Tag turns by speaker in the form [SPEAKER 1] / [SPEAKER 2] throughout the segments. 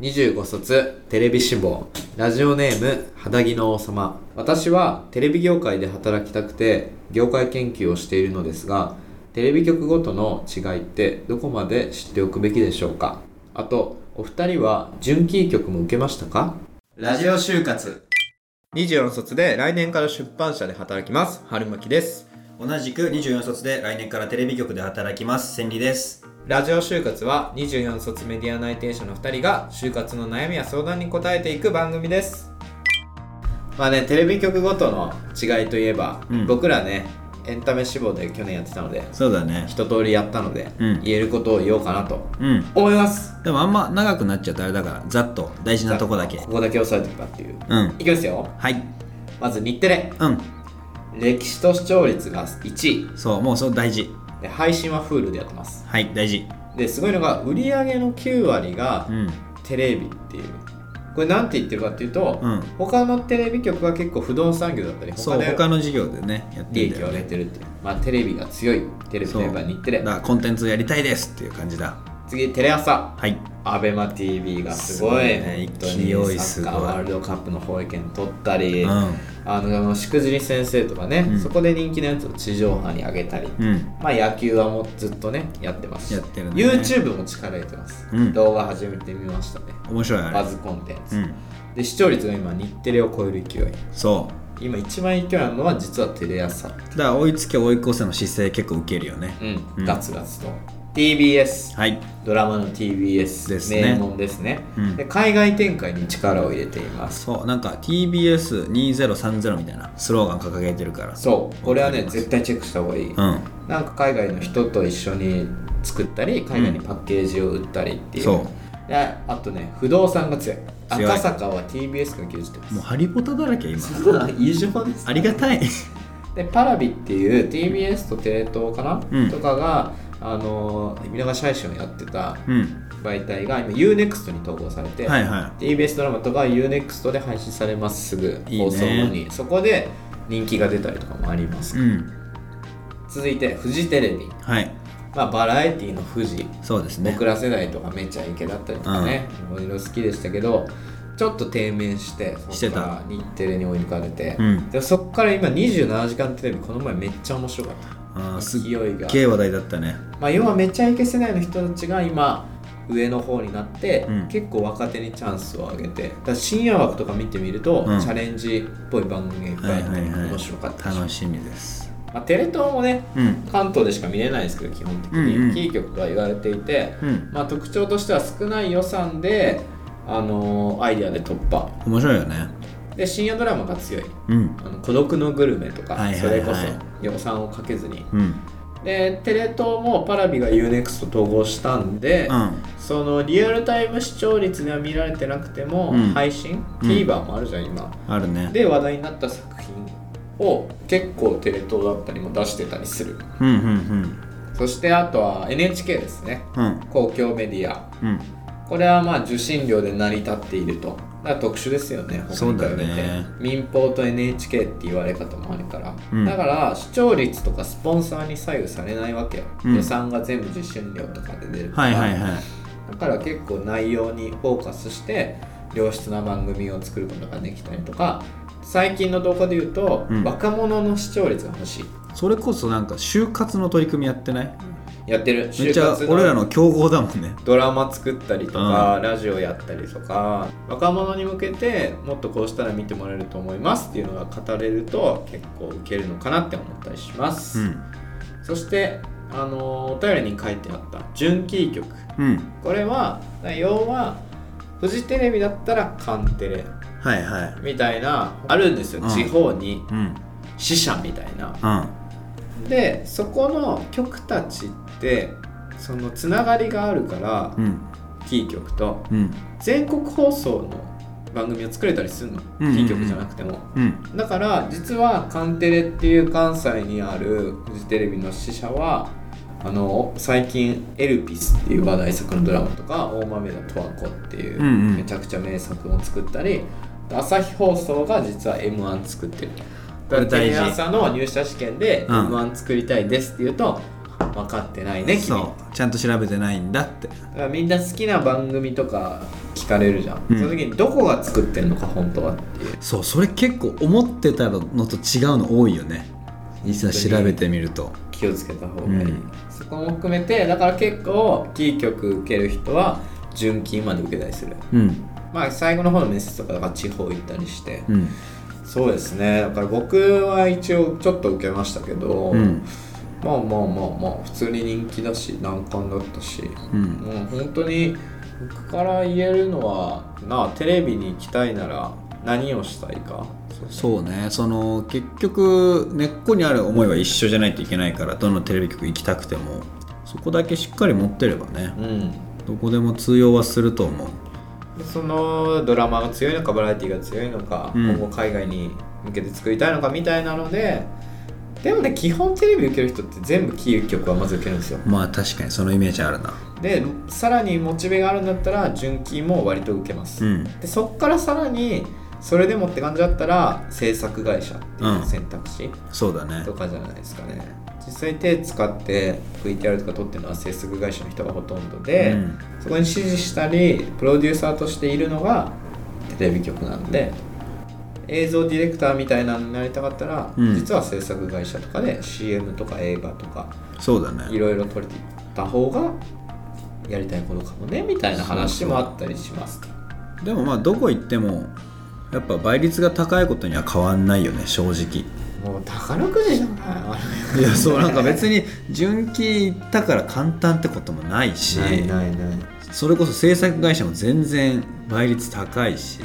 [SPEAKER 1] 25卒テレビ志望ラジオネーム肌着の王様私はテレビ業界で働きたくて業界研究をしているのですがテレビ局ごとの違いってどこまで知っておくべきでしょうかあとお二人は準キー局も受けましたか
[SPEAKER 2] ラジオ就活
[SPEAKER 1] 24卒で来年から出版社で働きます春巻です
[SPEAKER 2] 同じく24卒で来年からテレビ局で働きます千里です
[SPEAKER 1] ラジオ就活は24卒メディア内定者の2人が就活の悩みや相談に答えていく番組ですまあねテレビ局ごとの違いといえば、
[SPEAKER 2] うん
[SPEAKER 1] 僕らねエンタメ志望で去年やってたので
[SPEAKER 2] そうだね
[SPEAKER 1] 一通りやったので、
[SPEAKER 2] うん
[SPEAKER 1] 言えることを言おうかなと
[SPEAKER 2] うん
[SPEAKER 1] 思います
[SPEAKER 2] でもあんま長くなっちゃうとあれだからざっと大事なとこだけ
[SPEAKER 1] ここだけ押さえておくかっていう
[SPEAKER 2] うん
[SPEAKER 1] いきますよ
[SPEAKER 2] はい
[SPEAKER 1] まず日テレ
[SPEAKER 2] うん
[SPEAKER 1] 歴史と視聴率が1位
[SPEAKER 2] そうもうそう大事
[SPEAKER 1] で配信は Hulu でやってます
[SPEAKER 2] はい大事
[SPEAKER 1] ですごいのが売り上げの9割が
[SPEAKER 2] うん
[SPEAKER 1] テレビっていうこれなんて言ってるかっていうと、
[SPEAKER 2] うん
[SPEAKER 1] 他のテレビ局は結構不動産業だったり
[SPEAKER 2] そ
[SPEAKER 1] 他
[SPEAKER 2] う
[SPEAKER 1] で
[SPEAKER 2] 他の事業でねやって
[SPEAKER 1] 利
[SPEAKER 2] んだ
[SPEAKER 1] 益を
[SPEAKER 2] よ
[SPEAKER 1] 上げ
[SPEAKER 2] ね
[SPEAKER 1] てるっていうまあテレビが強いテレビといえば日テ
[SPEAKER 2] だ
[SPEAKER 1] レ
[SPEAKER 2] からコンテンツやりたいですっていう感じだ
[SPEAKER 1] 次テレ朝
[SPEAKER 2] はい
[SPEAKER 1] アベマ t v がすごい
[SPEAKER 2] すごいね
[SPEAKER 1] 本当に
[SPEAKER 2] 勢い
[SPEAKER 1] サ
[SPEAKER 2] す
[SPEAKER 1] ッ
[SPEAKER 2] ご
[SPEAKER 1] カー
[SPEAKER 2] い
[SPEAKER 1] ワールドカップの放映権取ったり、
[SPEAKER 2] うん
[SPEAKER 1] あのあのしくじり先生とかね、
[SPEAKER 2] うん
[SPEAKER 1] そこで人気のやつを地上波に上げたり、
[SPEAKER 2] うん
[SPEAKER 1] まあ野球はもうずっとねやってますし
[SPEAKER 2] やってるね
[SPEAKER 1] YouTube も力入れてます、
[SPEAKER 2] うん
[SPEAKER 1] 動画始めてみましたね
[SPEAKER 2] 面白いあ
[SPEAKER 1] バ
[SPEAKER 2] れ
[SPEAKER 1] ズコンテンツ、
[SPEAKER 2] うん
[SPEAKER 1] で視聴率が今日テレを超える勢い
[SPEAKER 2] そ
[SPEAKER 1] 今一番勢いあるのは実はテレ朝
[SPEAKER 2] うだから追いつけ追い越せの姿勢結構受けるよね
[SPEAKER 1] うん、
[SPEAKER 2] うん
[SPEAKER 1] ガツガツと TBS
[SPEAKER 2] はい
[SPEAKER 1] ドラマの TBS
[SPEAKER 2] ですね
[SPEAKER 1] 名門ですね、
[SPEAKER 2] うん
[SPEAKER 1] で海外展開に力を入れています
[SPEAKER 2] そうなんか TBS2030 みたいなスローガン掲げてるから
[SPEAKER 1] そうこれは
[SPEAKER 2] わ
[SPEAKER 1] ね
[SPEAKER 2] かります
[SPEAKER 1] 絶対チェックした方がいい、
[SPEAKER 2] うん
[SPEAKER 1] なんか海外の人と一緒に作ったり海外にパッケージを売ったりっていう、
[SPEAKER 2] そ
[SPEAKER 1] であとね不動産が強い
[SPEAKER 2] 強い
[SPEAKER 1] 赤坂は TBS が牛耳ってま
[SPEAKER 2] もう
[SPEAKER 1] す
[SPEAKER 2] ハリポタだらけ今
[SPEAKER 1] そうだ異常です
[SPEAKER 2] ありがたい
[SPEAKER 1] でパラビっていう TBS とテレ東かな、
[SPEAKER 2] うん
[SPEAKER 1] とかがあのー見逃し配信をやってた
[SPEAKER 2] うん
[SPEAKER 1] 媒体が今 UNEXT に統合されて、
[SPEAKER 2] はいは
[SPEAKER 1] TBS ドラマとか UNEXT で配信されますすぐ
[SPEAKER 2] いいね
[SPEAKER 1] 放送後にそこで人気が出たりとかもあります、
[SPEAKER 2] いうん
[SPEAKER 1] 続いてフジテレビ、
[SPEAKER 2] はい
[SPEAKER 1] まあ、バラエティの富士
[SPEAKER 2] そうですね
[SPEAKER 1] 僕ら世代とかめちゃイケだったりとかねいろいろ好きでしたけどちょっと低迷してそ
[SPEAKER 2] して
[SPEAKER 1] こか
[SPEAKER 2] た
[SPEAKER 1] ら日テレに追い抜かれて、
[SPEAKER 2] うん
[SPEAKER 1] でそこから今27時間テレビこの前めっちゃ面白かった
[SPEAKER 2] あーすっ
[SPEAKER 1] 勢いが
[SPEAKER 2] げえ話題だったね
[SPEAKER 1] まあ、要はめちゃイケ世代の人たちが今上の方になって、
[SPEAKER 2] うん
[SPEAKER 1] 結構若手にチャンスをあげてだから深夜枠とか見てみると、
[SPEAKER 2] うん
[SPEAKER 1] チャレンジっぽい番組がいっぱいあって、面白かったし、
[SPEAKER 2] 楽しみです
[SPEAKER 1] まあ、テレ東もね
[SPEAKER 2] うん
[SPEAKER 1] 関東でしか見れないんですけど基本的
[SPEAKER 2] うんう
[SPEAKER 1] に
[SPEAKER 2] ん
[SPEAKER 1] キー局とは言われていて、
[SPEAKER 2] うん
[SPEAKER 1] まあ、特徴としては少ない予算で、あのーアイデアで突破
[SPEAKER 2] 面白いよね
[SPEAKER 1] で深夜ドラマが強い
[SPEAKER 2] うん
[SPEAKER 1] 「あの孤独のグルメ」とか、
[SPEAKER 2] はいはいはい
[SPEAKER 1] それこそ予算をかけずに
[SPEAKER 2] うん
[SPEAKER 1] でテレ東もパラビが UNEXT と統合したんで、
[SPEAKER 2] うん
[SPEAKER 1] そのリアルタイム視聴率では見られてなくても、
[SPEAKER 2] うん
[SPEAKER 1] 配信、
[SPEAKER 2] うん
[SPEAKER 1] TVer もあるじゃん今
[SPEAKER 2] あるね
[SPEAKER 1] で話題になった作品を結構テレ東だったりも出してたりする
[SPEAKER 2] うんうん
[SPEAKER 1] そしてあとは NHK ですね
[SPEAKER 2] うんうん
[SPEAKER 1] 公共メディア
[SPEAKER 2] うん
[SPEAKER 1] これはまあ受信料で成り立っているとだから特殊ですよね他に比べ
[SPEAKER 2] そうだ
[SPEAKER 1] て、
[SPEAKER 2] ね
[SPEAKER 1] 民放と NHK って言われ方もあるから、
[SPEAKER 2] うん
[SPEAKER 1] だから視聴率とかスポンサーに左右されないわけよ、
[SPEAKER 2] うん
[SPEAKER 1] 予算が全部受信料とかで出るから
[SPEAKER 2] はいはいはい
[SPEAKER 1] だから結構内容にフォーカスして良質な番組を作ることができたりとか最近の動画で言うと、
[SPEAKER 2] うん
[SPEAKER 1] 若者の視聴率が欲しい
[SPEAKER 2] それこそなんか就活の取り組みやってない
[SPEAKER 1] やってる
[SPEAKER 2] めっちゃ
[SPEAKER 1] 就活の
[SPEAKER 2] 俺らの競合だもんね
[SPEAKER 1] ドラマ作ったりとか、
[SPEAKER 2] う
[SPEAKER 1] ラジオやったりとか若者に向けてもっとこうしたら見てもらえると思いますっていうのが語れると結構ウケるのかなって思ったりします、
[SPEAKER 2] うん
[SPEAKER 1] そしてあのーお便りに書いてあった「純キー局
[SPEAKER 2] うん」
[SPEAKER 1] これは要はフジテレビだったらカンテレ
[SPEAKER 2] はいはい
[SPEAKER 1] みたいなあるんですよ、
[SPEAKER 2] うん
[SPEAKER 1] 地方に
[SPEAKER 2] うん
[SPEAKER 1] 支社みたいな
[SPEAKER 2] うん
[SPEAKER 1] でそこの局たちってそのつながりがあるから、
[SPEAKER 2] うん
[SPEAKER 1] キー局と
[SPEAKER 2] うん
[SPEAKER 1] 全国放送の番組を作れたりするの、
[SPEAKER 2] うんうんうん
[SPEAKER 1] キー局じゃなくても
[SPEAKER 2] うん
[SPEAKER 1] だから実はカンテレっていう関西にあるフジテレビの支社はあの最近「エルピス」っていう話題作のドラマとか「大豆田十和子」っていう
[SPEAKER 2] うんうん
[SPEAKER 1] めちゃくちゃ名作を作ったり朝日放送が実は m 1作ってるだから
[SPEAKER 2] これ大
[SPEAKER 1] テ
[SPEAKER 2] 事
[SPEAKER 1] レ朝の入社試験で「
[SPEAKER 2] うん
[SPEAKER 1] m 1作りたいです」って言うと「分かってないね君」
[SPEAKER 2] そうちゃんと調べてないんだって
[SPEAKER 1] だからみんな好きな番組とか聞かれるじゃん、
[SPEAKER 2] うん
[SPEAKER 1] その時にどこが作ってんのか本当はっていう
[SPEAKER 2] そうそれ結構思ってたのと違うの多いよね実際調べてみると
[SPEAKER 1] 気をつけた方がいい、
[SPEAKER 2] うん
[SPEAKER 1] そこも含めてだから結構キー局受ける人は純金まで受けたりする
[SPEAKER 2] うん
[SPEAKER 1] まあ最後の方の面接とかだから地方行ったりして、
[SPEAKER 2] うん
[SPEAKER 1] そうですねだから僕は一応ちょっと受けましたけど、
[SPEAKER 2] うん
[SPEAKER 1] まあまあまあまあ普通に人気だし難関だったし
[SPEAKER 2] うん
[SPEAKER 1] もう本当に僕から言えるのはなあテレビに行きたいなら何をしたいか
[SPEAKER 2] そうねその結局根っこにある思いは一緒じゃないといけないからどのテレビ局行きたくてもそこだけしっかり持ってればね
[SPEAKER 1] うん
[SPEAKER 2] どこでも通用はすると思う
[SPEAKER 1] でそのドラマが強いのかバラエティが強いのか、
[SPEAKER 2] うん
[SPEAKER 1] 今後海外に向けて作りたいのかみたいなのででもね基本テレビ受ける人って全部キー局はまず受けるんですよ
[SPEAKER 2] まあ確かにそのイメージあるな
[SPEAKER 1] でさらにモチベがあるんだったら純キーも割と受けます、
[SPEAKER 2] うん
[SPEAKER 1] でそっからさらにそれでもって感じだったら制作会社っていう選択肢
[SPEAKER 2] そうだね
[SPEAKER 1] とかじゃないですかね、実際手使って VTR とか撮ってるのは制作会社の人がほとんどで、
[SPEAKER 2] うん
[SPEAKER 1] そこに指示したりプロデューサーとしているのがテレビ局なんで映像ディレクターみたいなのになりたかったら、
[SPEAKER 2] うん
[SPEAKER 1] 実は制作会社とかで CM とか映画とか
[SPEAKER 2] そうだね
[SPEAKER 1] いろいろ撮れていった方がやりたいことかもねみたいな話もあったりします
[SPEAKER 2] でもまあどこ行ってもやっぱ倍率が高いことには変わんないよね正直
[SPEAKER 1] もう宝くじじゃないあ
[SPEAKER 2] いやそうなんか別に純金行ったから簡単ってこともないし
[SPEAKER 1] れ ないないない
[SPEAKER 2] それこそ制作会社も全然倍率高いし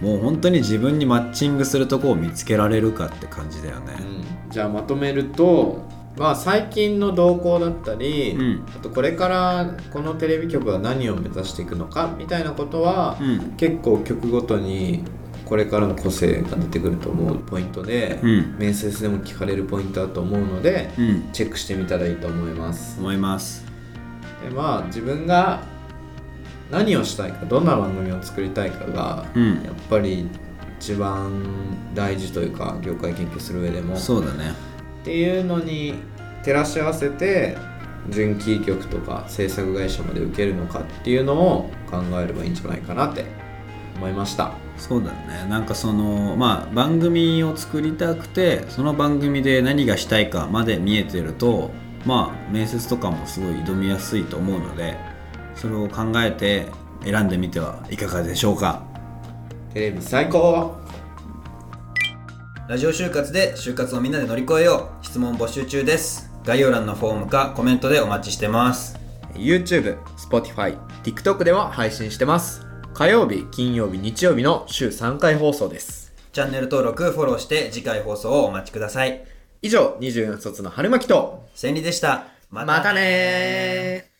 [SPEAKER 2] もう本当に自分にマッチングするとこを見つけられるかって感じだよね
[SPEAKER 1] じゃあまとめると、まあ、最近の動向だったり、
[SPEAKER 2] うん
[SPEAKER 1] あとこれからこのテレビ局は何を目指していくのかみたいなことは、
[SPEAKER 2] うん
[SPEAKER 1] 結構局ごとにこれからの個性が出てくると思うポイントで、
[SPEAKER 2] うん
[SPEAKER 1] 面接でも聞かれるポイントだと思うので、
[SPEAKER 2] うん
[SPEAKER 1] チェックしてみたらいいと思います。
[SPEAKER 2] 思います
[SPEAKER 1] でまあ自分が何をしたいかどんな番組を作りたいかが、
[SPEAKER 2] うん
[SPEAKER 1] やっぱり一番大事というか業界研究する上でも
[SPEAKER 2] そうだね
[SPEAKER 1] っていうのに照らし合わせて純キー局とか制作会社まで受けるのかっていうのを考えればいいんじゃないかなって思いました
[SPEAKER 2] そうだねなんかそのまあ番組を作りたくてその番組で何がしたいかまで見えてるとまあ面接とかもすごい挑みやすいと思うのでそれを考えて選んでみてはいかがでしょうか
[SPEAKER 1] テレビ最高
[SPEAKER 2] ラジオ就活で就活をみんなで乗り越えよう質問募集中です概要欄のフォームかコメントでお待ちしてます
[SPEAKER 1] YouTube、Spotify、TikTok では配信してます火曜日、金曜日、日曜日の週3回放送です
[SPEAKER 2] チャンネル登録フォローして次回放送をお待ちください
[SPEAKER 1] 以上、24卒の春巻きと
[SPEAKER 2] 千里でした
[SPEAKER 1] またねー